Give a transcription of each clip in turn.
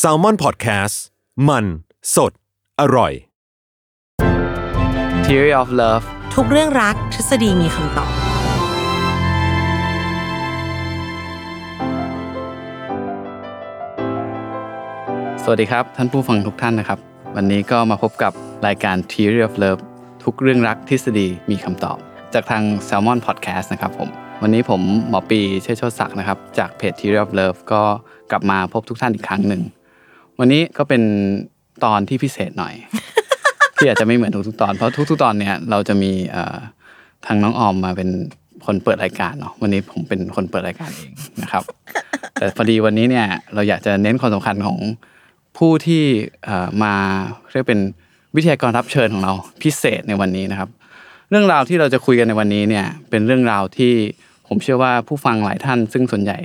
s a l ม o n PODCAST มันสดอร่อย Theory of Love ทุกเรื่องรักทฤษฎีมีคำตอบ สวัสดีครับ ท่านผู้ฟังทุกท่านนะครับ วันนี้ก็มาพบกับรายการ Theory of Love ทุกเรื่องรักทฤษฎีมีคำตอบ จากทาง Salmon Podcast นะครับผม วันนี้ผมหมอปีเชษโชติศักดิ์นะครับ จากเพจ Theory of Love ก็กลับมาพบทุกท่านอีกครั้งหนึ่ง วันนี้ก็เป็นตอนที่พิเศษหน่อย ที่อาจจะไม่เหมือนทุกๆตอน เพราะทุกๆตอนเนี่ยเราจะมีเอ่อทางน้องออมมาเป็นคนเปิดรายการเนาะวันนี้ผมเป็นคนเปิดรายการเองนะครับ แต่พอดีวันนี้เนี่ยเราอยากจะเน้นความสำคัญของผู้ที่เอ่อมาเรียกเป็นวิทยากรรับเชิญของเราพิเศษในวันนี้นะครับ เรื่องราวที่เราจะคุยกันในวันนี้เนี่ยเป็นเรื่องราวที่ผมเชื่อว่าผู้ฟังหลายท่าน ซึ่งส่วนใหญ่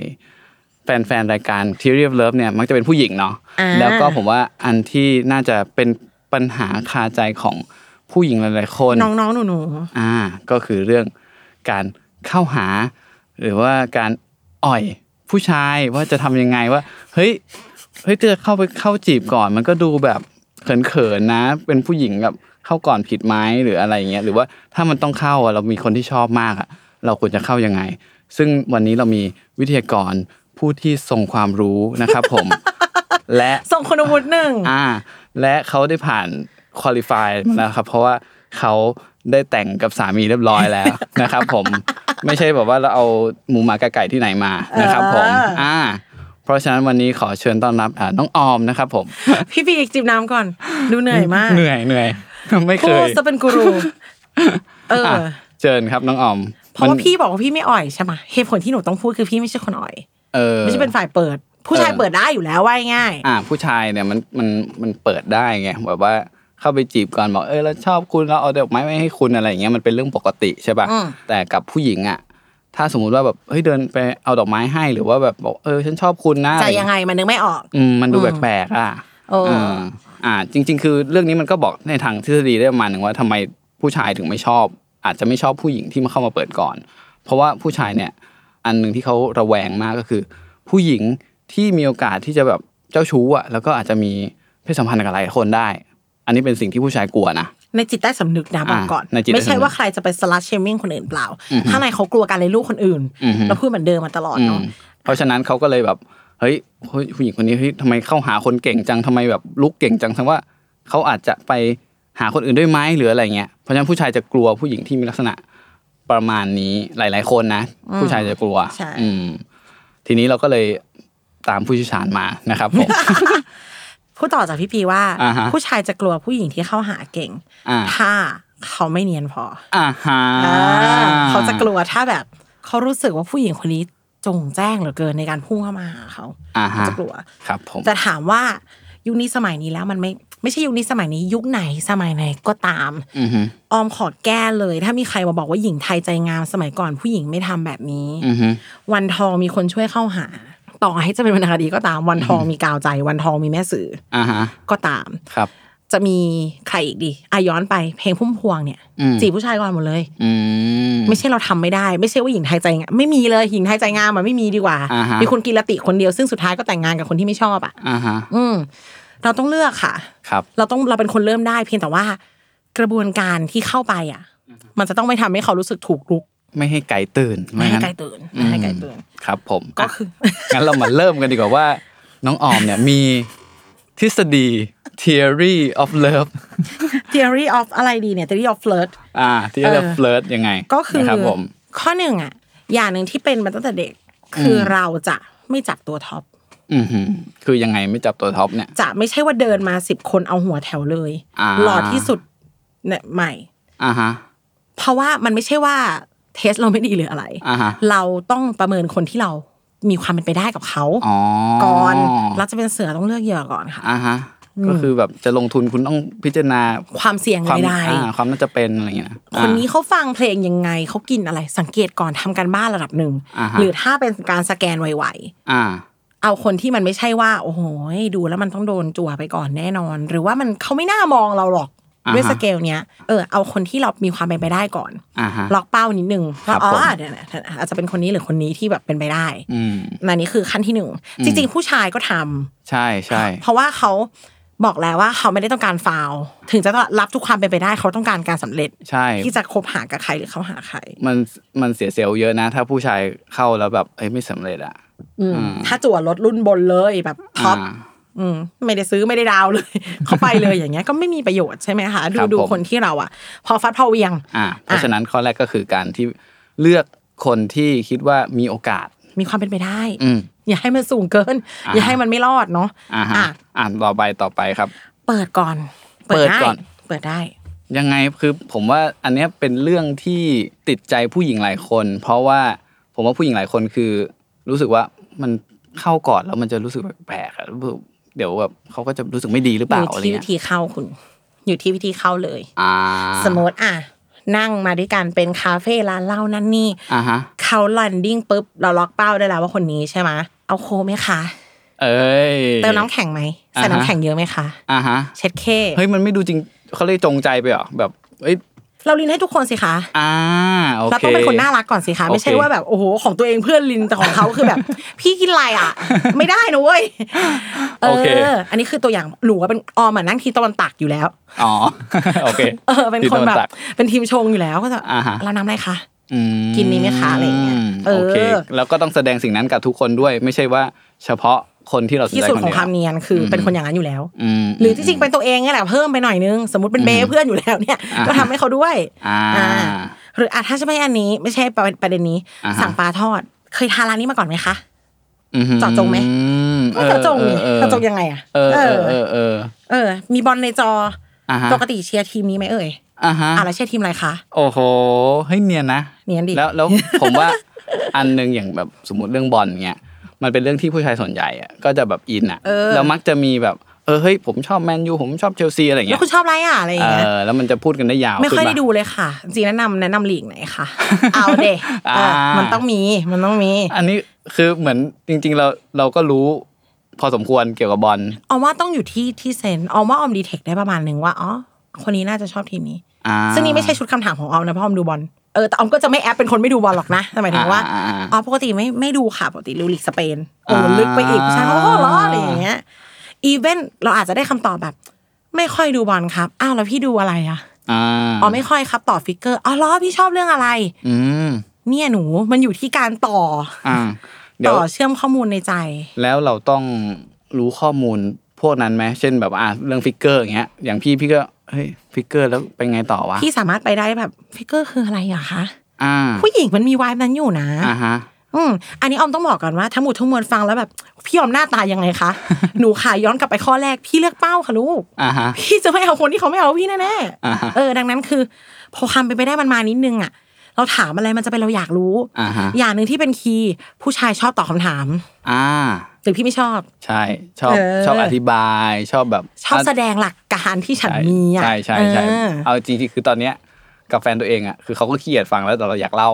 แฟนๆรายการ Theory of Love เนี่ยมักจะเป็นผู้หญิงเนาะ อ่า แล้วก็ผมว่าอันที่น่าจะเป็นปัญหาคาใจของผู้หญิงหลายๆคน น้องๆ หนู อ่าก็คือเรื่องการเข้าหา หรือว่าการอ่อยผู้ชายว่าจะทำยังไงว่า เฮ้ยเฮ้ยเธอเข้าไปเข้าจีบก่อน มันก็ดูแบบเขินๆนะ เป็นผู้หญิงแบบเข้าก่อนผิดไหมหรืออะไรอย่างเงี้ยหรือว่าถ้ามันต้องเข้าอะเรามีคนที่ชอบมากอะเราควรจะเข้ายังไง ซึ่งวันนี้เรามีวิทยากรผู้ที่ทรงความรู้นะครับผม และ ๆ ส่งคนอาวุธหนึ่ง อ่าและเขาได้ผ่านคุริฟายแล้วครับ เพราะว่าเขาได้แต่งกับสามีเรียบร้อยแล้ว นะครับผม ไม่ใช่แบบว่าเราเอาหมูหมากระไก่ที่ไหนมานะครับผม เอออ่ อ่า เพราะฉะนั้นวันนี้ขอเชิญต้อนรับอ่าน้องออมนะครับผม พี่ปีกจิบน้ำก่อน ดูเหนื่อยมาก เหนื่อยเหนื่อยไม่เค พูด ย จะเป็นกูรู เออ อ่ะเชิญครับน้องออม เพราะว่า มัน พี่บอกว่าพี่ไม่อ่อยใช่ไหมเหตุผลที่หนูต้องพูดคือพี่ไม่ใช่คนอ่อย เออ ไม่ใช่เป็นฝ่ายเปิด ผู้ชาย เออ เปิดได้อยู่แล้วว่าง่าย อ่าผู้ชายเนี่ยมันมันมันเปิดได้ไงแบบว่าเข้าไปจีบก่อนบอกเออเราชอบคุณเราเอาดอกไม้ไว้ให้คุณอะไรอย่างเงี้ยมันเป็นเรื่องปกติใช่ อืม ปะ่ะแต่กับผู้หญิงอ่ะถ้าสมมุติว่าแบบเฮ้ยเดินไปเอาดอกไม้ให้หรือว่าแบบบอกเออฉันชอบคุณนะ จะยังไงมันนึกไม่ออก อืมมันดู อืม แปลกๆอ่ะ โอ้ าอ่า จริง ๆ คือเรื่องนี้มันก็บอกในทางทฤษฎีได้ประมาณหนึ่งว่าทำไมผู้ชายถึงไม่ชอบ อาจจะไม่ชอบผู้หญิงที่มาเข้ามาเปิดก่อน เพราะว่าผู้ชายเนี่ย อันหนึ่งที่เขาระแวงมากก็คือ ผู้หญิงที่มีโอกาสที่จะแบบเจ้าชู้อ่ะแล้วก็อาจจะมีเพศสัมพันธ์กับหลายคนได้ อันนี้เป็นสิ่งที่ผู้ชายกลัวนะ ในจิตใต้สำนึกนะบอกก่อน ในจิตใต้ ไม่ใช่ สำนึก ว่าใครจะไปสลัดเชมิ่งคนอื่นเปล่า ข้างในเขากลัวการเลยนลูกคนอื่น อือฮึ เราพูดเหมือนเดิมมาตลอด อื เนาะ มเพราะฉะนั้นเขาก็เลยแบบเฮ้ยเฮ้ยผู้หญิงคนนี้เฮ้ยทำไมเข้าหาคนเก่งจังทำไมแบบลุกเก่งจังทั้งว่าเขาอาจจะไปหาคนอื่นด้วยไหมหรืออะไรเงี้ยเพราะฉะนั้นผู้ชายจะกลัวผู้หญิงที่มีลักษณะประมาณนี้หลาย ๆ คนนะ ผู้ชายจะกลัว ใช่ อืมทีนี้เราก็เลยตามผู้เชี่ยวชาญมานะครับผม พูดต่อจากพี่ปีว่า อ่าฮะ ผู้ชายจะกลัวผู้หญิงที่เข้าหาเก่ง อ่า ถ้าเขาไม่เนียนพอ อ่าฮะ อเขาจะกลัวถ้าแบบ เขารู้สึกว่าผู้หญิงคนนี้จงแจ้งเหลือเกินในการพุ่งเข้ามาหาเขา อ่า เขา ฮะ จะกลัว ครับผม แต่ถามว่ายุคนี้สมัยนี้แล้วมันไม่ไม่ใช่ยุคนี้สมัยนี้ ยุคไหนสมัยไหนก็ตาม อือฮึ ออมขอแก้เลย ถ้ามีใครมาบอกว่าหญิงไทยใจงามสมัยก่อนผู้หญิงไม่ทำแบบนี้ อือฮึ วันทองมีคนช่วยเข้าหา ต่อให้จะเป็นวรรณคดีก็ตาม วันทองมีกาวใจ วันทองมีแม่สื่อ อ่าฮะ ก็ตาม ครับ จะมีใครอีกดีอ่ะย้อนไปเพลงพุ่มพวงเนี่ย อืม จีบผู้ชายก่อนหมดเลย อืม ไม่ใช่เราทำไม่ได้ ไม่ใช่ว่าหญิงไทยใจงามไม่มีเลยหญิงไทยใจงามมันไม่มีดีกว่า อ่าฮะ มีคนกินละติคนเดียวซึ่งสุดท้ายก็แต่งงานกับคนที่ไม่ชอบอ่ะ อ่าฮะ อืม เราต้องเลือกค่ะ ครับ เราต้องเราเป็นคนเริ่มได้ เพียงแต่ว่า กระบวนการที่เข้าไปอ่ะ มันจะต้องไม่ทำให้เขารู้สึกถูกลุก ไม่ให้ไก่ตื่น ไม่ให้ งั้น ไกลตื่นไม่ให้ไกลตื่น ครับผม ก็คือ งั้นเรามาเริ่มกันดีกว่าว่า น้องออมเนี่ยมีทฤษฎี theory of love theory of อะไรดีเนี่ย theory of flirt อ่าที่เรียก เออ เฟลิร์ตยังไง ก็คือ นะครับผม ข้อหนึ่งอ่ะ อย่างหนึ่งที่เป็นมาตั้งแต่เด็ก คืออเราจะไม่จับตัวท็อป อือหือคือยังไงไม่จับตัวท็อปเนี่ย จะไม่ใช่ว่าเดินมาสิบคนเอาหัวแถวเลย อ่า หล่อที่สุดเนี่ยใหม่ อ่าฮะ เพราะว่ามันไม่ใช่ว่าเทสเราไม่ดีหรืออะไร อ่าฮะ เราต้องประเมินคนที่เรามีความเป็นไปได้กับเขา อ๋อ ก่อนเราจะเป็นเสือต้องเลือกเหยื่อก่อนค่ะ อ่าฮะ ก็คือแบบจะลงทุนคุณต้องพิจารณา ความเสี่ยง ความ ไม่ได้ อ่าความน่าจะเป็นอะไรอย่างเงี้ยะ คนนี้เขาฟังเพลงยังไงเขากินอะไร สังเกตก่อนทำการบ้านระดับหนึ่ง อ่าฮะ หรือถ้าเป็นการสแกนไว อ่า ๆเอาคนที่มันไม่ใช่ว่า โอ้โหดูแล้วมันต้องโดนจั่วไปก่อนแน่นอน หรือว่ามันเขาไม่น่ามองเราหรอก อ่าฮะ ด้วยสเกลเนี้ยเออเอาคนที่เรามีความเป็นไปได้ก่อน อ่าฮะ ล็อกเป้านิดนึง ครั ว่า บ อ๋อ ผม เดี๋ยวนะอาจจะเป็นคนนี้หรือคนนี้ที่แบบเป็นไปได้ อืม อันนี้คือขั้นที่หนึ่ง อืม จริง ๆ ผู้ชายก็ทำ ใช่ใช่ เพราะว่าเขาบอกแล้วว่าเขาไม่ได้ต้องการฟาวล์ถึงจะรับทุกความเป็นไปได้เขาต้องการการสำเร็จ ใช่ ที่จะคบหากับใครหรือเขาหาใคร มันมันเสียเซลล์เยอะนะ ถ้าผู้ชายเข้าแล้วแบบเอ้ยไม่สำเร็จอะ อืม อ่า ถ้าจั่วรถรุ่นบนเลยแบบท็อป อ่า อืมไม่ได้ซื้อไม่ได้ดาวเลย เขาไปเลยอย่างเงี้ยก็ไม่มีประโยชน์ใช่ไหมคะดู ครับ ดู ผม คนที่เราอ่ะ พอฟัดพอเวียง อ่าเพราะ อ่ะ ฉะนั้นข้อแรกก็คือการที่เลือกคนที่คิดว่ามีโอกาส มีความเป็นไปได้ อืม อย่าให้มันสูงเกิน อ่า อย่าให้มันไม่รอดเนาะ อ่าฮะ อ่ะ อ่านต่อไปต่อไปครับ เปิดก่อน เปิดก่อน เปิดได้ ยังไงคือผมว่าอันเนี้ยเป็นเรื่องที่ติดใจผู้หญิงหลายคน เพราะว่าผมว่าผู้หญิงหลายคนคือ รู้สึกว่ามันเข้าก่อนแล้วมันจะรู้สึกแปลกๆอะรู้สึกเดี๋ยวแบบเขาก็จะรู้สึกไม่ดีหรือเป อ ล่า ยู่ อะไร ที่วิ เงี้ย ธีเข้าคุณ อยู่ที่วิธีเข้าเลย อ่า สมมติอ่ะนั่งมาด้วยกันเป็นคาเฟ่ร้านเหล้านั่นนี่ อ่าฮะ เขาลันดิ้งปุ๊บเราล็อกเป้าได้แล้วว่าคนนี้ใช่ไหมเอาโคไหมคะ เอ้ย เติมน้ำแข็งไหมใส่ อ่าฮะ น้ำแข็งเยอะไหมคะ อ่าฮะ เช็ดเค เฮ้ยมันไม่ดูจริงเขาเลยจงใจไปเหรอแบบเอ้ย เราลินให้ทุกคนสิคะ อ่าโอเค เราต้องเป็นคนน่ารักก่อนสิคะ โอเค ไม่ใช่ว่าแบบโอ้โหของตัวเองเพื่อนลินแต่ของเขาคือแบบ พี่กินอะไรอ่ะ ไม่ได้นะเว้ยเอ โอเค ออันนี้คือตัวอย่างหนูว่าเป็นออมอ่ะนั่งทีมตะวันตักอยู่แล้ว อ๋อ โอเค เออเป็นคน ที่ แบ โด บ ตัก เป็นทีมชงอยู่แล้วก็จะ อ่าฮะ เราน้ำอะไรคะ อืม กินนี้ไหมคะอะไรอย่างเงี้ยเออ โอเคแล้วก็ต้องแสดงสิ่งนั้นกับทุกคนด้วย ไม่ใช่ว่าเฉพาะคนที่เราสน ที่ ใจ สุด คน ขเดีองย คว วามเนียนคืออ ม เป็นคนอย่างนั้นอยู่แล้ว อืม หรือที่จริงเป็นตัวเองเนี่ยแหละเพิ่มไปหน่อยนึง สมมติเป็นเบ อืม เพื่อนอยู่แล้วเนี่ย อ่า ก็ทำให้เขาด้วย อ่า อ่า หรืออ่ะถ้าจะไม่อันนี้ไม่ใช่ประเด็นนี้ อ่าฮะ สั่งปลาทอด เคยทานร้านนี้มาก่อนไหมคะ หื เจาะจงไหม ออก็เจาะจงอนี่อออ เจาะจงยังไงอ่ะ เออเออเอ เออ อเออ เออ มีบอลในจอ อ่าฮะ ปกติเชียร์ทีมนี้ไหมเอ่ย อ่าฮะ อ่ะแล้วเชียร์ทีมอะไรคะ โอ้โหเฮ้ยเนียนนะ เนียนดิ แล้วแล้ว ผมว่าอันหนึงอย่างแบบสมมติเรื่องบอลเงี้ยมันเป็นเรื่องที่ผู้ชายส่วนใหญ่อะก็จะแบบอินอะแล้วมักจะมีแบบเออเฮ้ยผมชอบแมนยูผมชอบเชลซีอะไร แล้ว เงี้ย คุณชอบอะไรอ่ะอะไรอย่างเงี้ย เออแล้วมันจะพูดกันได้ยาว ไม่ค่อขึ้ยน ได้ ปะ ดูเลยค่ะ จริงแนะนำแนะนำลีกไหนคะ เอาเดะเออ อ่ามั มันต้องมีมันต้องมี อันนี้คือเหมือนจริง ๆ เราเราก็รู้พอสมควรเกี่ยวกับบอล ออมว่าต้องอยู่ที่ที่เซนส์ออมว่าออมดีเทคได้ประมาณหนึ่งว่าอ๋อคนนี้น่าจะชอบทีมนี้ อ่า ซึ่งนี่ไม่ใช่ชุดคำถามของออมนะเพราะออมดูบอลเออแต่ออมก็จะไม่แอปเป็นคนไม่ดูบอลหรอกนะแต่หมายถึงว่า อ่อ่ อ๋ อ่า อปกติไม่ไม่ดูค่ะปกติดูลีกสเปนโอ้ อ่า ลึกไปอีกผู้ชายเขาก็ล้ออะไรอย่างเงี้ยอีเวนเราอาจจะได้คำตอบแบบ ไม่ค่อยดูบอลครับอ้าวแล้วพี่ดูอะไรอ่ะ อ่า อ๋อไม่ค่อยครับต่อฟิกเกอร์อ๋อล้อพี่ชอบเรื่องอะไร อืม เนี่ยหนูมันอยู่ที่การต่อ อ่าเดี๋ย ต่ ว อเชื่อมข้อมูลในใจ แล้วเราต้องรู้ข้อมูลพวกนั้นไหมเช่นแบบอ่าเรื่องฟิกเกอร์อย่างเงี้ยอย่างพี่พี่ก็เฮ้ยฟิกเกอร์แล้วเป็นไงต่อวะ พี่สามารถไปได้แบบฟิกเกอร์คืออะไรเหรอะคะ อ่า ผู้หญิงมันมีวายนั้นอยู่นะ อ่าฮะ อืมอันนี้ออมต้องบอกก่อนว่าทั้งหมดทั้งมวลฟังแล้วแบบพี่ออมหน้าตายังไงคะ หนูขาย้อนกลับไปข้อแรกพี่เลือกเป้าค่ะลูก อ่าฮะ พี่จะไม่เอาคนที่เขาไม่เอาพี่แน่ อ่าฮะ ๆเออดังนั้นคือ พอคำไปนไปได้มันมานิดนึงอ่ะ เราถามอะไรมันจะเป็นเราอยากรู้ อ่าฮะ อย่างหนึ่งที่เป็นคีย์ผู้ชายชอบตอบคำถาม อ่า หรือพี่ไม่ชอบ ใช่ชอบ เออ ชอบอธิบายชอบแบบ ชอบแสดงหลักการที่ฉันมีอ่ะ ใช่ใช่ใช่ เออ เอาจริงๆคือตอนเนี้ยกับแฟนตัวเองอ่ะคือเขาก็ขี้เกียจฟังแล้วแต่เราอยากเล่า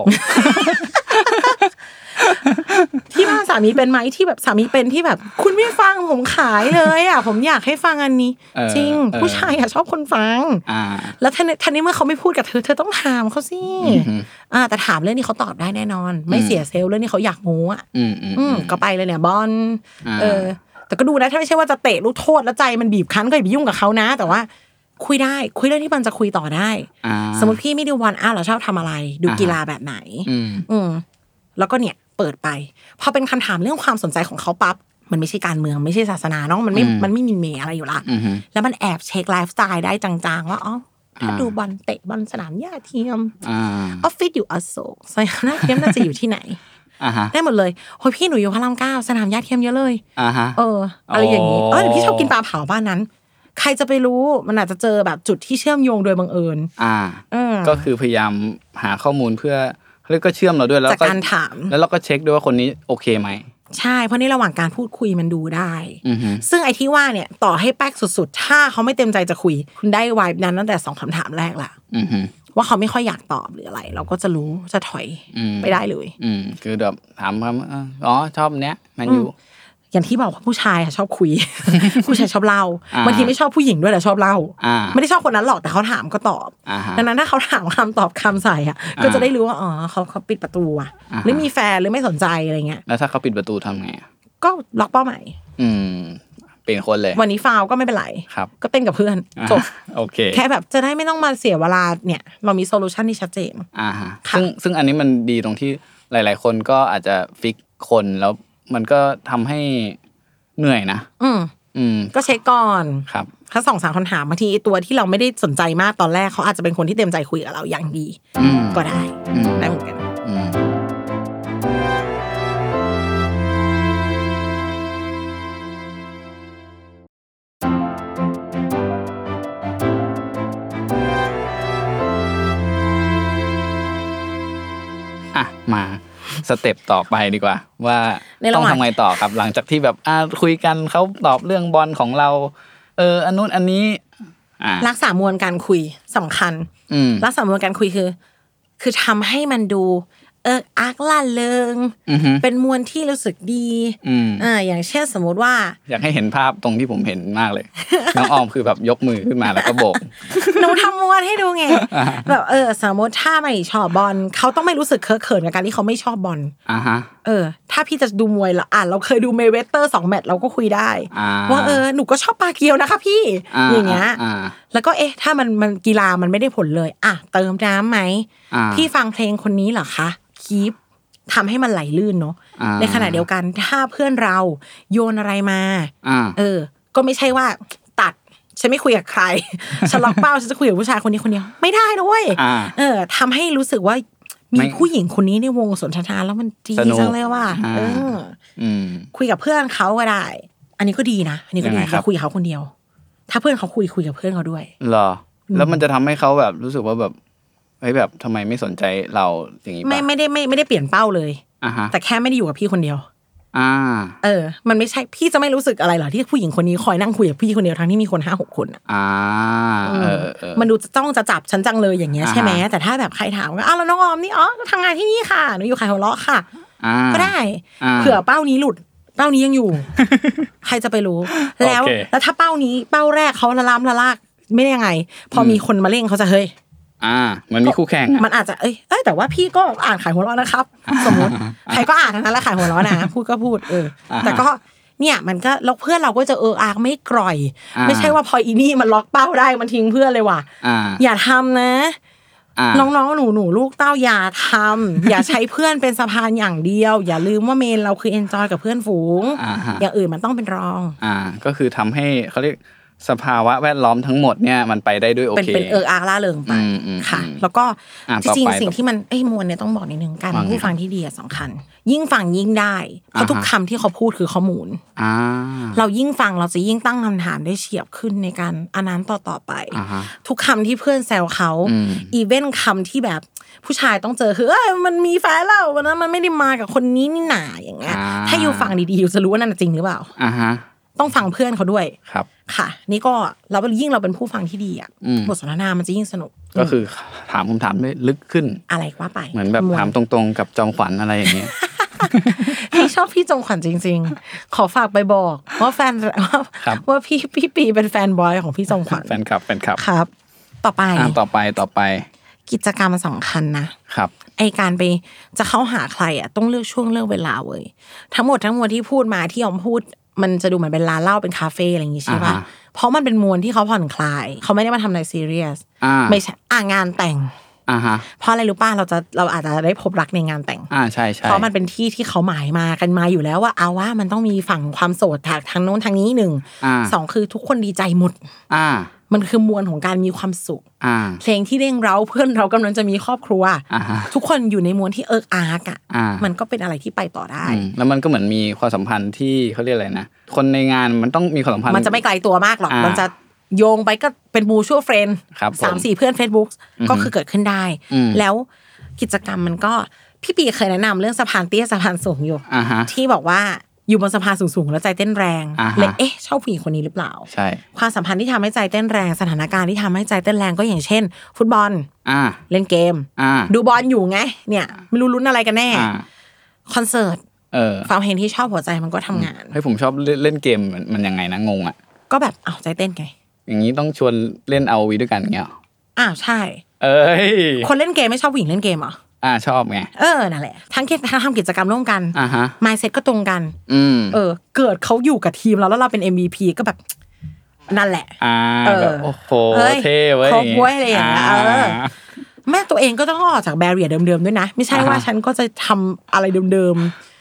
ที่บ้านสามีเป็นไหมที่แบบสามีเป็นที่แบบ คุณไม่ฟังผมขายเลยอ่ะ ผมอยากให้ฟังอันนี้ เออ จริง เออ ผู้ชายอ่ะชอบคนฟัง อ่า แล้วท่านท่านนี้เมื่อเขาไม่พูดกับเธอเธอต้องถามเขาสิอ่า แต่ถามเรื่องนี้เขาตอบได้แน่นอน ไม่ อืม เสียเซลล์เรื่องนี้เขาอยากงูอ่ะ อืมอืม อืมก็ไปเลยเนี่ยบอล า เออ แต่ก็ดูนะถ้าไม่ใช่ว่าจะเตะลูกโทษแล้วใจมันบีบคั้นก็อย่าไปยุ่งกับเขานะ แต่ว่า คุยได้คุยเรื่องที่มันจะคุยต่อได้ อ่า สมมติพี่ไม่ดูบอลอ้าวเราชอบทำอะไร ดู อ่าฮะ กีฬาแบบไหน อืม อืมแล้วก็เนี่ยเปิดไป พอเป็นคำถามเรื่องความสนใจของเขาปั๊บมันไม่ใช่การเมืองไม่ใช่ศาสนาเนาะมันไม่มันไม่มีเมอะไรอยู่ละ อืมฮึ แล้วมันแอบเช็คไลฟ์สไตล์ได้จางๆ ว่าอ๋อถ้า อ่า ดูบอลเตะบอลสนามหญ้าเทียม อ่า ออฟฟิศอยู่อโศกสนามหญ้าเทียมน่าจะอยู่ที่ไหน อ่าฮะ ได้หมดเลยโอ้ยพี่หนูอยู่พระรามเก้าสนามหญ้าเทียมเยอะเลย อ่าฮะ เอออะไรอย่างนี้ อ๋อ เออเดี๋ยวพี่ชอบกินปลาเผาบ้านนั้น ใครจะไปรู้มันอาจจะเจอแบบจุดที่เชื่อมโยงโดยบังเอิญ อ่า เออ ก็คือพยายามหาข้อมูลเพื่อเขาเรียกก็เชื่อมเราด้วยแล้ว จาก ก็ การถาม แล้วเราก็เช็คด้วยว่าคนนี้โอเคไหม ใช่ เพราะนี่ระหว่างการพูดคุยมันดูได้ อืมฮึ ซึ่งไอ้ที่ว่าเนี่ยต่อให้แป๊กสุดๆ ถ้าเขาไม่เต็มใจจะคุย คุณได้วายนั้นตั้งแต่สองคำถามแรกละ อืมฮึ ว่าเขาไม่ค่อยอยากตอบหรืออะไร เราก็จะรู้จะถอย อืม ไปได้เลย อืมคือแบบถามคำเอ่ออ๋อชอบเนี้ยแมันอยู่ อย่างที่บอกว่าผู้ชายอะชอบคุย ผู้ชายชอบเล่า อ่า บางทีไม่ชอบผู้หญิงด้วยแต่ชอบเล่า อ่า ไม่ได้ชอบคนนั้นหรอกแต่เขาถามก็ตอบ อ่าฮะ ดังนั้นถ้าเขาถามคำตอบคำใส่อะก็ อ่า จะได้รู้ว่าอ๋อเขาเขาปิดประตูอะ อ่าฮะ หรือมีแฟนหรือไม่สนใจอะไรเงี้ย แล้วถ้าเขาปิดประตูทำไงอะ ก็ล็อกเป้าหมาย อืม เปลี่ยนคนเลย วันนี้ฟาวก็ไม่เป็นไร ครับ ก็เต้นกับเพื่อน อ่า จบ โอเค แค่แบบจะได้ไม่ต้องมาเสียเวลาเนี่ย เรามีโซลูชันที่ชัดเจน อ่าฮะ ค่ะ ซึ่งซึ่งอันนี้มันดีตรงที่หลาย ๆ คนก็อาจจะฟิกคนแล้วมันก็ทำให้เหนื่อยนะ อืม อืม ก็เช็คก่อน ครับ ถ้าสองสามคำถามบางทีตัวที่เราไม่ได้สนใจมากตอนแรกเขาอาจจะเป็นคนที่เต็มใจคุยกับเราอย่างดี อืม ก็ได้ อืม ได้เหมือนกัน อืม อ่ะมาสเต็ปต่อไปดีกว่า ว่า ในระ ต้อ ห ง ว่าง ทำไงต่อครับ หลังจากที่แบบอ่ะคุยกันเขาตอบเรื่องบอลของเรา เออ อันนู้นอันนี้อ่ะ รักษามวลการคุยสำคัญ อืม รักษามวลการคุยคือ คือทำให้มันดู เอออักล่าเริง อือฮึ เป็นมวลที่รู้สึกดี อืม อ่าอย่างเช่นสมมุติว่า อยากให้เห็นภาพตรงที่ผมเห็นมากเลย น้องออมคือแบบยกมือขึ้นมาแล้วก็โบก หนูทำมวลให้ดู ไงแบบเออ สมมติถ้าไม่ชอบบอลเขาต้องไม่รู้สึกเคอะเขินกับการที่เขาไม่ชอบบอล อ่าฮะ เออ ถ้าพี่จะดูมวยละอ่านเราเคยดูเมเวเตอร์สองแมตช์เราก็คุยได้ อ่า ว่าเออหนูก็ชอบปาเกียวนะคะพี่ า อย่างเงี้ย อ่า แล้วก็เอ๊ะ ถ้ามันมันกีฬามันไม่ได้ผลเลย อ่ะ เติมน้ำไหม อ่า พี่ฟังเพลงคนนี้เหรอคะคีปทำให้มันไหลลื่นเนาะ อ่ ในขณะเดียวกันถ้าเพื่อนเราโยนอะไรมา อ่า เออ ก็ไม่ใช่ว่าตัด ฉันไม่คุยกับใคร ฉันล็อกเป้าฉันจะคุยกับผู้ชายคนนี้คนเดียวไม่ได้นะเว้ย อ่า เออทำให้รู้สึกว่า ไม่ มีผู้หญิงคนนี้ในวงสนทนาแล้วมันดี สนุก จังเลยว่า อ่า เออ อืม คุยกับเพื่อนเขาก็ได้ อันนี้ก็ดีนะ อันนี้ก็ดี ยังไงค อ รับ ย่าคุยกับเขาคนเดียว ถ้าเพื่อนเขาคุยคุยกับเพื่อนเขาด้วย เหรอ แล้วมันจะทำให้เขาแบบรู้สึกว่าแบบเฮ้ยแบบทำไมไม่สนใจเราอย่างนี้ ไม่ ปะ ไม่ได้ไม่ไม่ได้เปลี่ยนเป้าเลย อ่าฮะ แต่แค่ไม่ได้อยู่กับพี่คนเดียว อ่า เออ มันไม่ใช่พี่จะไม่รู้สึกอะไรเหรอที่ผู้หญิงคนนี้คอยนั่งคุยกับพี่คนเดียวทั้งที่มีคนห้าหกคนอะ อ่า เออเออ มันดูจะต้องจะจับฉันจังเลยอย่างเงี้ย อ่าฮะ ใช่ไหมแต่ถ้าแบบใครถามก็อ้าวแล้วน้องออมนี่อ๋อก็ทำงานที่นี่ค่ะหนูอยู่ขายหัวเราะค่ะ อ่า ก็ได้ อ่า เผื่อเป้านี้หลุด เป้านี้ยั งอยู่ ใครจะไปรู้ แล้ว โอเค แล้วถ้าเป้านี้เป้าแรกเขาละล้ำละลากไม่ได้ยังไง พออ ม มีคนมาเร่งเขาจะเฮ้ย อ่า มันมีคู่แข่ง มันอาจจะ เอ้ยเอ้ย แต่ว่าพี่ก็อ่านขายหัวเราะนะครับ สมมติ ใครก็อ่านทั้งนั้นแหละขายหัวเราะนะ พูดก็พูด เออ แต่ก็ เนี่ยมันก็แล้วเพื่อนเราก็จะเอออากไม่กร่อย อ่ ไม่ใช่ว่าพออีนี่มันล็อกเป้าได้มันทิ้งเพื่อนเลยว่ะ อ่า อย่าทำนะ อ่า น้องๆ หนูหนูๆลูกเต้าอย่าทำ อย่าใช้เพื่อนเป็นสะพานอย่างเดียว อย่าลืมว่าเมนเราคือเอนจอยกับเพื่อนฝูง อ่าฮะ อย่างอื่นมันต้องเป็นรอง อ่า ก็คือทำให้เขาเรียกสภาวะแวดล้อมทั้งหมดเนี่ยมันไปได้ด้วยโอ เป็น เค เป็นเอออาร์ล่าเริงไป อืมอืม ค่ะ อืม แล้วก็ อ่ะ จริง ต่อไป ๆสิ่งที่มันเอ้ยมวลเนี่ยต้องบอกนิดนึงการ ว่า เป็น ไง ผู้ฟังที่ดีอะสำคัญ ยิ่งฟังยิ่งได้เพราะ อ่าฮะ ทุกคำที่เขาพูดคือข้อมูล อ่า เรายิ่งฟังเราจะยิ่งตั้งคำถามได้เฉียบขึ้นในการอันนั้นต่อต่อๆไป อ่าฮะ ทุกคำที่เพื่อนแซวเขา อืม อีเวนคำที่แบบผู้ชายต้องเจอคือเอ้ยมันมีแฟนแล้ววันนั้นมันไม่ได้มากับคนนี้นี่หนาอย่างเงี้ย อ่า ถ้าอยู่ฟังดีๆอยู่จะรู้ว่านั่นนะจริงหรือเปล่า อ่าฮะ ต้องฟังเพื่อนเขาด้วย ครับ ค่ะ นี่ก็เรายิ่งเราเป็นผู้ฟังที่ดีอ่ะ อืม บทสนทนามันจะยิ่งสนุก ก็คือถามคำถามได้ลึกขึ้น อะไรว่าไป เหมือนแบบถามตรงๆ กับจอมขวัญอะไรอย่างเงี้ย พี่ชอบพี่จงขวัญจริง ๆ ขอฝากไปบอกว่าแฟนว่า ครับ ว่าพี่พี่ปีเป็นแฟนบอยของพี่จงขวัญ แฟนคลับแฟนคลับ ครับ ต่อไป อ่าต่อไปต่อไป กิจกรรมสำคัญนะครับ ไอการไปจะเข้าหาใครอ่ะต้องเลือกช่วงเลือกเวลาเว้ยทั้งหมดทั้งมวลที่พูดมาที่ยอมพูด มันจะดูเหมือนเป็นร้านเหล้าเป็นคาเฟ่อะไรอย่างงี้ใช่ป่ะ อ่าฮะ เพราะมันเป็นมวลที่เขาผ่อนคลาย เขาไม่ได้มาทำอะไรซีเรียส อ่า ไม่ใช่อ่ะงานแต่ง อ่าฮะ เพราะอะไรรู้ป่ะเราจะเราอาจจะได้พบรักในงานแต่ง อ่าใช่ใช่ เพราะมันเป็นที่ที่เขาหมายมากันมาอยู่แล้วว่าเอาว่ามันต้องมีฝั่งความโสดทางทางโน้นทางนี้หนึ่ง อ่า สองคือทุกคนดีใจหมด อ่า มันคือมวลของการมีความสุข อ่า เพลงที่เร่งเร้าเพื่อนเรากำลังจะมีครอบครัว อ่าฮะ ทุกคนอยู่ในมวลที่เอิกอาร์กอ่ะ อ่า มันก็เป็นอะไรที่ไปต่อได้ อืมแล้วมันก็เหมือนมีความสัมพันธ์ที่เขาเรียกอะไรนะคนในงานมันต้องมีความสัมพันธ์ มันจะไม่ไกลตัวมากหรอก อ่ามั มันจะโยงไปก็เป็นมูชั่วเฟรน ครับผม สามสี่เพื่อน Facebook อือฮึ ก็คือเกิดขึ้นได้ อืม แล้วกิจกรรมมันก็พี่ปีเคยแนะนำเรื่องสะพานเตี้ยสะพานสูงอยู่ อ่าฮะ ที่บอกว่าอยู่บนสะพานสูงๆ แล้วใจเต้นแรง อ่าฮะ เลยเอ๊ะชอบผู้หญิงคนนี้หรือเปล่า ใช่ ความสัมพันธ์ที่ทำให้ใจเต้นแรงสถานการณ์ที่ทำให้ใจเต้นแรงก็อย่างเช่น ฟุตบอล อ่า เล่นเกม อ่า ดูบอลอยู่ไง เนี่ยไม่รู้ลุ้นอะไรกันแน่ อ่า คอนเสิร์ต เออ ความเห็นที่ชอบหัวใจมันก็ทำงาน เฮ้ยผมชอบเล่นเล่นเกมมันมันยังไงนะงงอ่ะ ก็แบบอ้าวใจเต้นไง อย่างนี้ต้องชวนเล่นเอาวีด้วยกันอย่างเงี้ยเหรอ อ้าวใช่ เอ้ย คนเล่นเกมไม่ชอบผู้หญิงเล่นเกมเหรอ อ่าชอบไง เออนั่นแหละทั้งกิจทั้งทำกิจกรรมร่วมกัน อ่าฮะ mindset ก็ตรงกัน อืม เออ เกิดเขาอยู่กับทีมเราแล้วเราเป็น MVP ก็แบบ นั่นแหละ อ่า เออ แบบโอ้โห เอ้ย เท่เว้ย ครบเว้ยอะไรอย่างเงี้ย า เออ แม่ตัวเองก็ต้องออกจากแบเรียเดิมๆด้วยนะ ไม่ใช่ว่า อ่าฮะ ฉันก็จะทำอะไรเดิม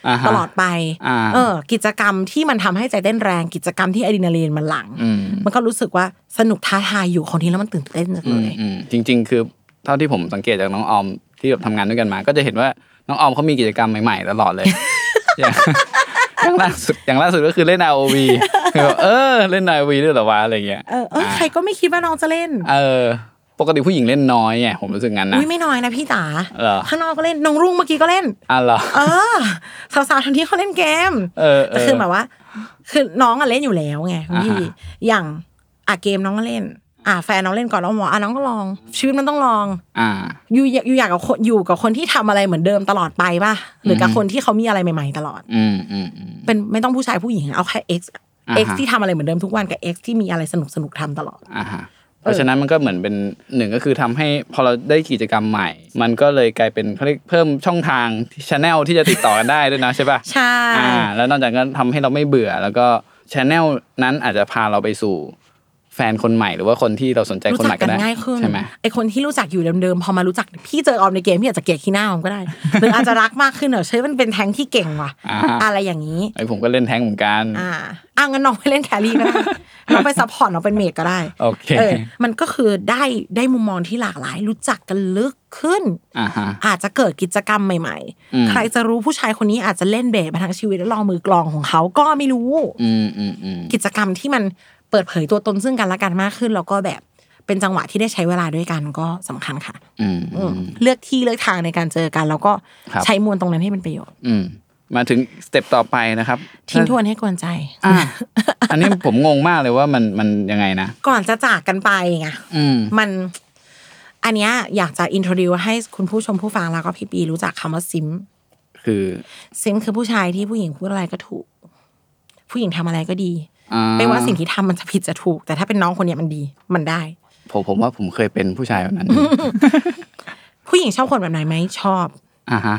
อ่าฮะ ๆตลอดไป อ่า เออ กิจกรรมที่มันทำให้ใจเต้นแรง กิจกรรมที่อะดรีนาลีนมันหลัง อืม มันก็รู้สึกว่าสนุกท้าทายอยู่ของทีแล้วมันตื่นเต้นจัง อื เล ม ย อืมจริง ๆ คือเท่าที่ผมสังเกตจากน้องออมที่แบบทำงานด้วยกันมา ก็จะเห็นว่าน้องออมเขามีกิจกรรมใหม่ๆตลอดเลย อย่างอย่างล่าสุดอย่างล่าสุดก็คือเล่น ROV คือแบบเออเล่น ROV ด้วยเหรอวะอะไรเงี้ย เออเออใครก็ไม่คิดว่าน้องจะเล่น เออ ปกติผู้หญิงเล่นน้อยไงผมรู้สึกงั้นนะ อุ้ยไม่น้อยนะพี่จ๋า เหรอ ข้างนอกก็เล่นน้องรุ่งเมื่อกี้ก็เล่น อ่ะเหรอ เออ สาวๆทันทีเขาเล่นเกม เออเอ แต่ อ คือแบบว่า คือน้องอะเล่นอยู่แล้วไงคุณอ่าพี่ฮะ อย่างอ่ะเกมน้องก็เล่น อ่ะแฟนน้องเล่นก่อนน้องบอกอ่ะน้องก็ลอง ชีวิตมันต้องลอง อ่า อยู่อยากอยู่อยากกับคนอยู่กับคนที่ทำอะไรเหมือนเดิมตลอดไปป่ะหรือกับ อืม คนที่เขามีอะไรใหม่ๆตลอด อืมอืมอืม เป็นไม่ต้องผู้ชายผู้หญิงเอาแค่ X อ่าฮะ X ที่ทำอะไรเหมือนเดิมทุกวันกับ X ที่มีอะไรสนุกสนุกๆทำตลอด อ่าฮะเพราะฉะนั้นมันก็เหมือนเป็นหนึ่งก็คือทำให้พอเราได้กิจกรรมใหม่ มันก็เลยกลายเป็นเขาเรียกเพิ่มช่องทางชแนลที่จะติดต่อกันได้ด้วยนะใช่ปะ ใช่ อ่าแล้วนอกจากนั้นทำให้เราไม่เบื่อ แล้วก็ชแนลนั้นอาจจะพาเราไปสู่ แฟนคนใหม่หรือว่าคนที่เราสนใจ รู้ คน จั ให ก ม่ กั ก็ น ได้ ง่ายขึ้น ใช่ไหม ไอคนที่รู้จักอยู่เดิมๆพอมารู้จักพี่เจอออมในเกมพี่อาจจะเกลียดขี้หน้าออมก็ได้ หรืออาจจะรักมากขึ้นเหรอใช่มันเป็นแทงที่เก่งว่ะ อ่า อะไรอย่างนี้ ไอยผมก็เล่นแท้งเหมือนกัน อ่าอ่ะงั้นน้องไปเล่นแครี่ก็ได้ น้องไปซัพพอร์ตน้องเป็นเมดก็ได้ โอเค เออมันก็คือได้ได้มุมมองที่หลากหลาย รู้จักกันลึกขึ้น อ่าฮะ อาจจะเกิดกิจกรรมใหม่ อืม ๆ ใครจะรู้ผู้ชายคนนี้อาจจะเล่นเบสมาทั้งชีวิตแล้วลองมือกลองของเขาก็ไม่รู้ อืมอืมอืม กิจกรรมที่มันเปิดเผยตัวตนซึ่งกันและกันมากขึ้น แล้วก็แบบเป็นจังหวะที่ได้ใช้เวลาด้วยกันก็สำคัญค่ะ อืม อื อื ม ม เลือกที่เลือกทางในการเจอกัน แล้วก็ ครับ ใช้มวลตรงนั้นให้เป็นประโยชน์ อืมมาถึงสเต็ปต่อไปนะครับ ทิ้งทวนให้กวนใจ อ่าอันนี้ผมงงมากเลยว่ามันมันยังไงนะ ก่อนจะจากกันไปไง อืม มันอันเนี้ยอยากจะอินโทรดิวให้คุณผู้ชมผู้ฟังแล้วก็พี่ปีรู้จักคำว่าซิม คือ ซิมคือผู้ชายที่ผู้หญิงพูดอะไรก็ถูก ผู้หญิงทำอะไรก็ดี อ่ ไม่ว่าสิ่งที่ทำมันจะผิดจะถูก แต่ถ้าเป็นน้องคนเนี้ยมันดี มันได้ ผมผมว่าผมเคยเป็นผู้ชายแบบนั้น ผู้หญิงชอบคนแบบไหนไหมชอบ อ่าฮะ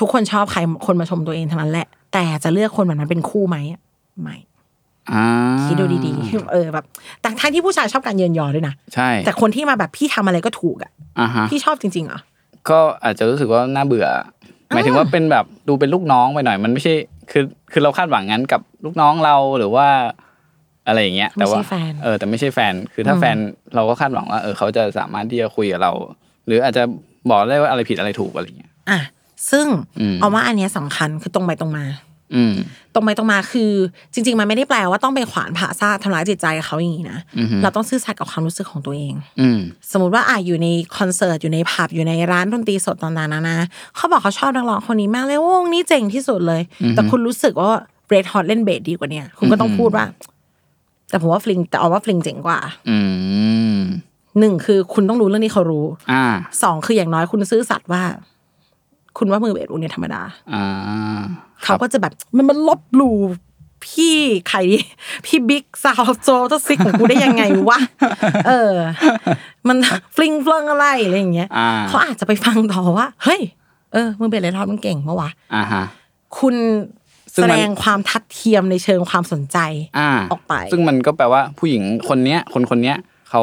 ทุกคนชอบใครคนมาชมตัวเองทั้งนั้นแหละ แต่จะเลือกคนแบบนั้นเป็นคู่ไหมอะไม่ อ่า คิดดูดีๆ เออแบบแต่ทั้งที่ผู้ชายชอบการเยินยอด้วยนะ ใช่ แต่คนที่มาแบบพี่ทำอะไรก็ถูกอ่ะ อ่าฮะ พี่ชอบจริงๆเหรอ ก็อาจจะรู้สึกว่าน่าเบื่อ หมายถึงว่าเป็นแบบดูเป็นลูกน้องไปหน่อยมันไม่ใช่คือคือเราคาดหวังงั้นกับลูกน้องเราหรือว่า อะไรอย่างเงี้ย ไม่ใช่ ว่า แฟน เออ แต่ไม่ใช่แฟนคือถ้าแฟนเราก็คาดหวังว่าเออเขาจะสามารถที่จะคุยกับเรา หรืออาจจะบอกได้ว่าอะไรผิดอะไรถูกอะไรอย่างเงี้ย อ่ะซึ่ง อืม เอาว่าอันเนี้ยสำคัญคือตรงไปตรงมา อืม ตรงไปตรงมาคือ จริง ๆ มันไม่ได้แปลว่าต้องไปขวานผ่าซาดทำร้ายจิตใจเขาอย่างนี้นะ อือฮึ เราต้องซื่อสัตย์กับความรู้สึกของตัวเอง อืม สมมติว่าอ่ะอยู่ในคอนเสิร์ตอยู่ในผับอยู่ในร้านดนตรีสดต่างๆนานาเขาบอกเขาชอบนักร้องคนนี้มากเลยวงนี้เจ๋งที่สุดเลย แต่คุณรู้สึกว่าเรดฮอตเล่นเบสดีกว่าเนี่ยคุณก็ต้องพูดว่า แต่ผมว่าฟลิงแต่เอาว่าฟลิงเจ๋งกว่า อืม หนึ่งคือคุณต้องรู้เรื่องที่เขารู้ อ่า สองคืออย่างน้อยคุณซื่อสัตย์ว่า คุณว่ามือเบสวงนี้ธรรมดา อ่า เขาก็จะแบบมันมันลบหลู่พี่ใคร พี่บิ๊กซาวโจตซิกของกูได้ยังไงวะ เออ มัน ฟลิงเฟลิงอะไรอะไรอย่างเงี้ย อ่า เขาอาจจะไปฟังต่อว่า เฮ้ย เออมึงเป็นเลทอดมันเก่งเมื่อวะ อ่าฮะ คุณ ซึ่ แส งมัน ดงความทัดเทียมในเชิงความสนใจ อ่า ออกไป ซึ่งมันก็แปลว่าผู้หญิงคนเนี้ย คนคนเนี้ยเขา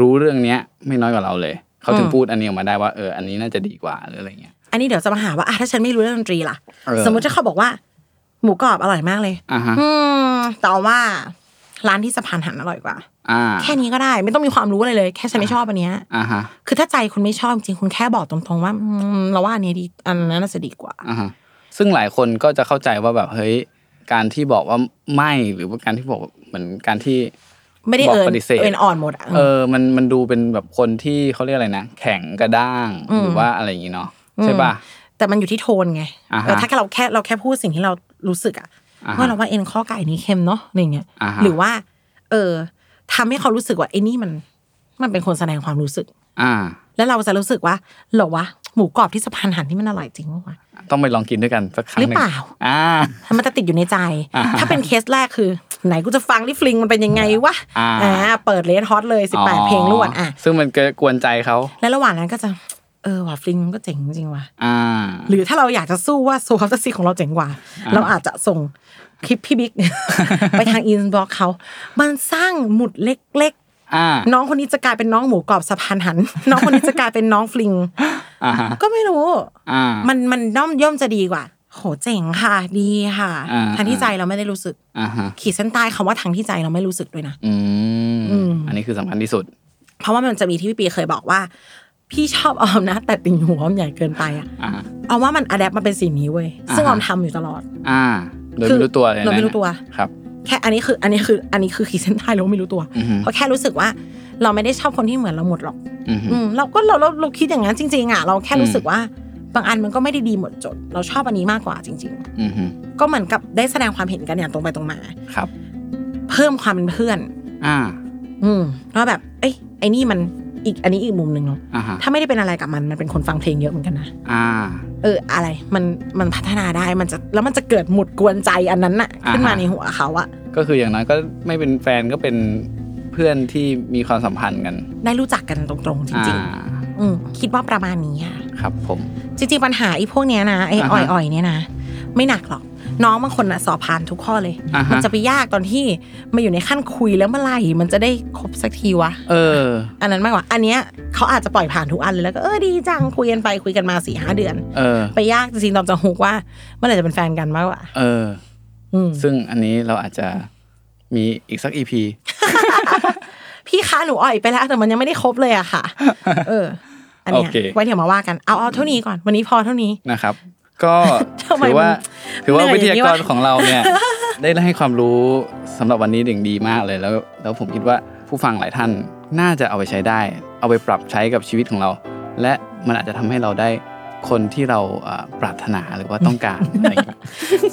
รู้เรื่องเนี้ย ไม่น้อยกว่าเราเลย เขาถึงพูดอันนี้ออกมาได้ว่าเอออันนี้น่าจะดีกว่าหรืออะไรเงี้ย อันนี้เดี๋ยวจะมาหาว่าอ่ะถ้าฉันไม่รู้เรื่องดนตรีล่ะ เออ สมมุติถ้าเขาบอกว่า หมูกรอบอร่อยมากเลย อ่าฮะ อืมแต่ว่าร้านที่สะพานหันอร่อยกว่า อ่า แค่นี้ก็ได้ ไม่ต้องมีความรู้อะไรเลย แค่ฉันไม่ชอบอันเนี้ย อ่าฮะ คือถ้าใจคุณไม่ชอบจริงคุณแค่บอกตรงๆว่าอืมเราว่าอันนี้ดีอันนั้นน่าจะดีกว่า อ่าฮะซึ่งหลายคนก็จะเข้าใจว่าแบบเฮ้ยการที่บอกว่าไม่หรือว่าการที่บอกเหมือนการที่ ไม่ได้เอิ บอกปฏิเสธ เอินอ่อนหมดอะ เออมันมันดูเป็นแบบคนที่เขาเรียกอะไรนะแข็งกระด้างหรือว่าอะไรอย่างงี้เนาะใช่ป่ะ แต่มันอยู่ที่โทนไง อ่าฮะ เออถ้าเราแค่เราแค่พูดสิ่งที่เรารู้สึกอะ อ่าฮะ ว่าเราว่าเอ็นข้อไก่นี้เค็มเนาะอะไรเงี้ย อ่าฮะ หรือว่า เออทำให้เขารู้สึกว่าไอ้นี่มัน มันเป็นคนแสดงความรู้สึก อ่า แล้วเราจะรู้สึกว่าเหรอวะหมูกรอบที่สะพานหันที่มันอร่อยจริงวะ ต้องไปลองกินด้วยกันสักครั้ง หรือ นึ่ง เปล่า อ่า มันจะติดอยู่ในใจ อ่า ถ้าเป็นเคสแรกคือ ไหนกูจะฟังลิฟลิงมันเป็นยังไงวะ อ่า เปิดเลนฮอตเลย 18 เพลงรวดอ่ะ ซึ่งมันก็กวนใจเขา แล้วระหว่างนั้นก็จะ เออว่ะฟลิงมันก็เจ๋งจริงว่ะ อ่า หรือถ้าเราอยากจะสู้ว่าโซคัฟซีของเราเจ๋งกว่า เราอาจจะส่งคลิปพี่บิ๊ก ไปทางอินบ็อกเขา มันสร้างหมุดเล็ก อ่า ๆ น้องคนนี้จะกลายเป็นน้องหมูกรอบสะพานหัน น้องคนนี้จะกลายเป็นน้องฟลิง อ่าฮะ ก็ไม่รู้ อ่า มันมันย่อมย่อมจะดีกว่า โหเจ๋งค่ะ ดีค่ะ อ่า ทางที่ใจเราไม่ได้รู้สึก อ่าฮะ ขีดเส้นใต้คำว่าทางที่ใจเราไม่รู้สึกด้วยนะ อื อื ม ม อันนี้คือสำคัญที่สุด เพราะว่ามันจะมีที่พี่ปีเคยบอกว่า พี่ชอบออมนะ แต่ติ่งหัวออมใหญ่เกินไปอะ อ่าฮะ ออมว่ามันอะแดปมาเป็นสีนี้เว้ย อ่าฮะ ซึ่งออมทำอยู่ตลอด อ่า โดยไม่รู้ตัวเลยนะ โดยไม่รู้ตัว ครับ แค่อันนี้คืออันนี้คืออันนี้คือขีดเส้นใต้เราไม่รู้ตัว อือฮึ เพราะแค่รู้สึกว่า เราไม่ได้ชอบคนที่เหมือนเราหมดหรอก อือฮึ อืมเราก็เราเราเราคิดอย่างนั้นจริงๆอ่ะเราแค่ อืม รู้สึกว่าบางอันมันก็ไม่ได้ดีหมดจด เราชอบอันนี้มากกว่าจริง อือฮึ ๆ ก็เหมือนกับได้แสดงความเห็นกันอย่างตรงไปตรงมา ครับ เพิ่มความเป็นเพื่อน อ่า อืมว่าแบบ เอ้ยไอ้นี่มันอีกอันนี้อีกมุมหนึ่งเนาะ อ่าฮะ ถ้าไม่ได้เป็นอะไรกับมัน มันเป็นคนฟังเพลงเยอะเหมือนกันนะ อ่า เออ อะไร มัน มันพัฒนาได้ มันจะ แล้วมันจะเกิดหมุดกวนใจอันนั้นน่ะ อ่าฮะ ขึ้นมาในหัวเขาอะ ก็คืออย่างน้อยก็ไม่เป็นแฟนก็เป็นเพื่อนที่มีความสัมพันธ์กัน ได้รู้จักกันตรงๆ จริง อ่า ๆ อืมคิดว่าประมาณนี้ค่ะ ครับผม จริงๆ ปัญหาไอ้พวกเนี้ยนะ ไอ้ อ่า อ่ ฮะ อยๆ เนี่ยนะ ไม่หนักหรอก น้องบางคนน่ะสอบผ่านทุกข้อเลย อ่าฮะ มันจะไปยากตอนที่มาอยู่ในขั้นคุยแล้วเมื่อไหร่มันจะได้ครบสักทีวะ เออ อันนั้นมากกว่า อันเนี้ยเขาอาจจะปล่อยผ่านทุกอันเลยแล้วก็เออดีจังคุยกันไปคุยกันมาสี่ห้าเดือน เออ ไปยากจริงๆตอนจะฮุกว่าเมื่อไหร่จะเป็นแฟนกันมากกว่า เออ อืม ซึ่งอันนี้เราอาจจะมีอีกสักอีพี พี่คะหนูอ่อยไปแล้วแต่มันยังไม่ได้ครบเลย อะค่ะ เออ อันเนี้ยไว้เดี๋ยวมาว่ากันเอาเอาเท่านี้ก่อนวันนี้พอเท่านี้ นะครับ ก็ ทำไม ถือว่า มัน ถือว่า เหนื่ วิ อยอ ทาย่ายง นี้ ก วะ รของเรา เนี่ย ได้ให้ความรู้สำหรับวันนี้อย่างดีมากเลยแล้ว แล้วผมคิดว่าผู้ฟังหลายท่านน่าจะเอาไปใช้ได้ เอาไปปรับใช้กับชีวิตของเรา และมันอาจจะทำให้เราได้คนที่เราเอ่อปรารถนาหรือว่าต้อง การอะไรอย่างเงี้ย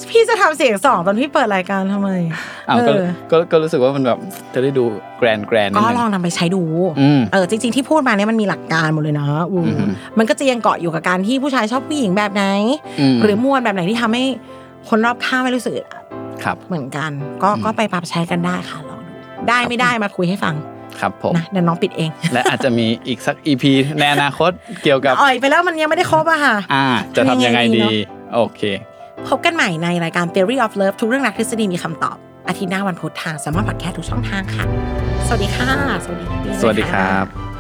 พี่จะทำเสียงสองตอนพี่เปิดรายการทำไม อ้าวก็ เออ ก็ก็รู้สึกว่ามันแบบจะได้ดูแกรนแกรนนิ ก็ ดนึง ลองนำไปใช้ดู อืม เออจริงๆที่พูดมาเนี่ยมันมีหลักการหมดเลยนะอืม อือฮึ มันก็จะยังเกาะอยู่กับการที่ผู้ชายชอบผู้หญิงแบบไหน ม หรือมวลแบบไหนที่ทำให้คนรอบข้างไม่รู้สึกอึดอัด ครับ เหมือนกัน ก็ อืม ก็ไปปรับใช้กันได้ค่ะลองดูได้ไม่ได้มาคุยให้ฟัง ครับผม นะเดี๋ยวน้องปิดเอง และอาจจะมีอีกสักอีพีในอนาคตเกี่ยวกับ อ่อยไปแล้วมันยังไม่ได้ครบอะค่ะ อ่า จะทำยังไง ทำยังไงดี ดี เนอะ โอเค พบกันใหม่ในรายการ Theory of Love ทุกเรื่องรักทฤษฎีมีคำตอบ อาทิตย์หน้าวันพุธทางสามารถพอดแคสต์ทุกช่องทางค่ะ สวัสดีค่ะ สวัสดีค่ะ สวัสดีครับ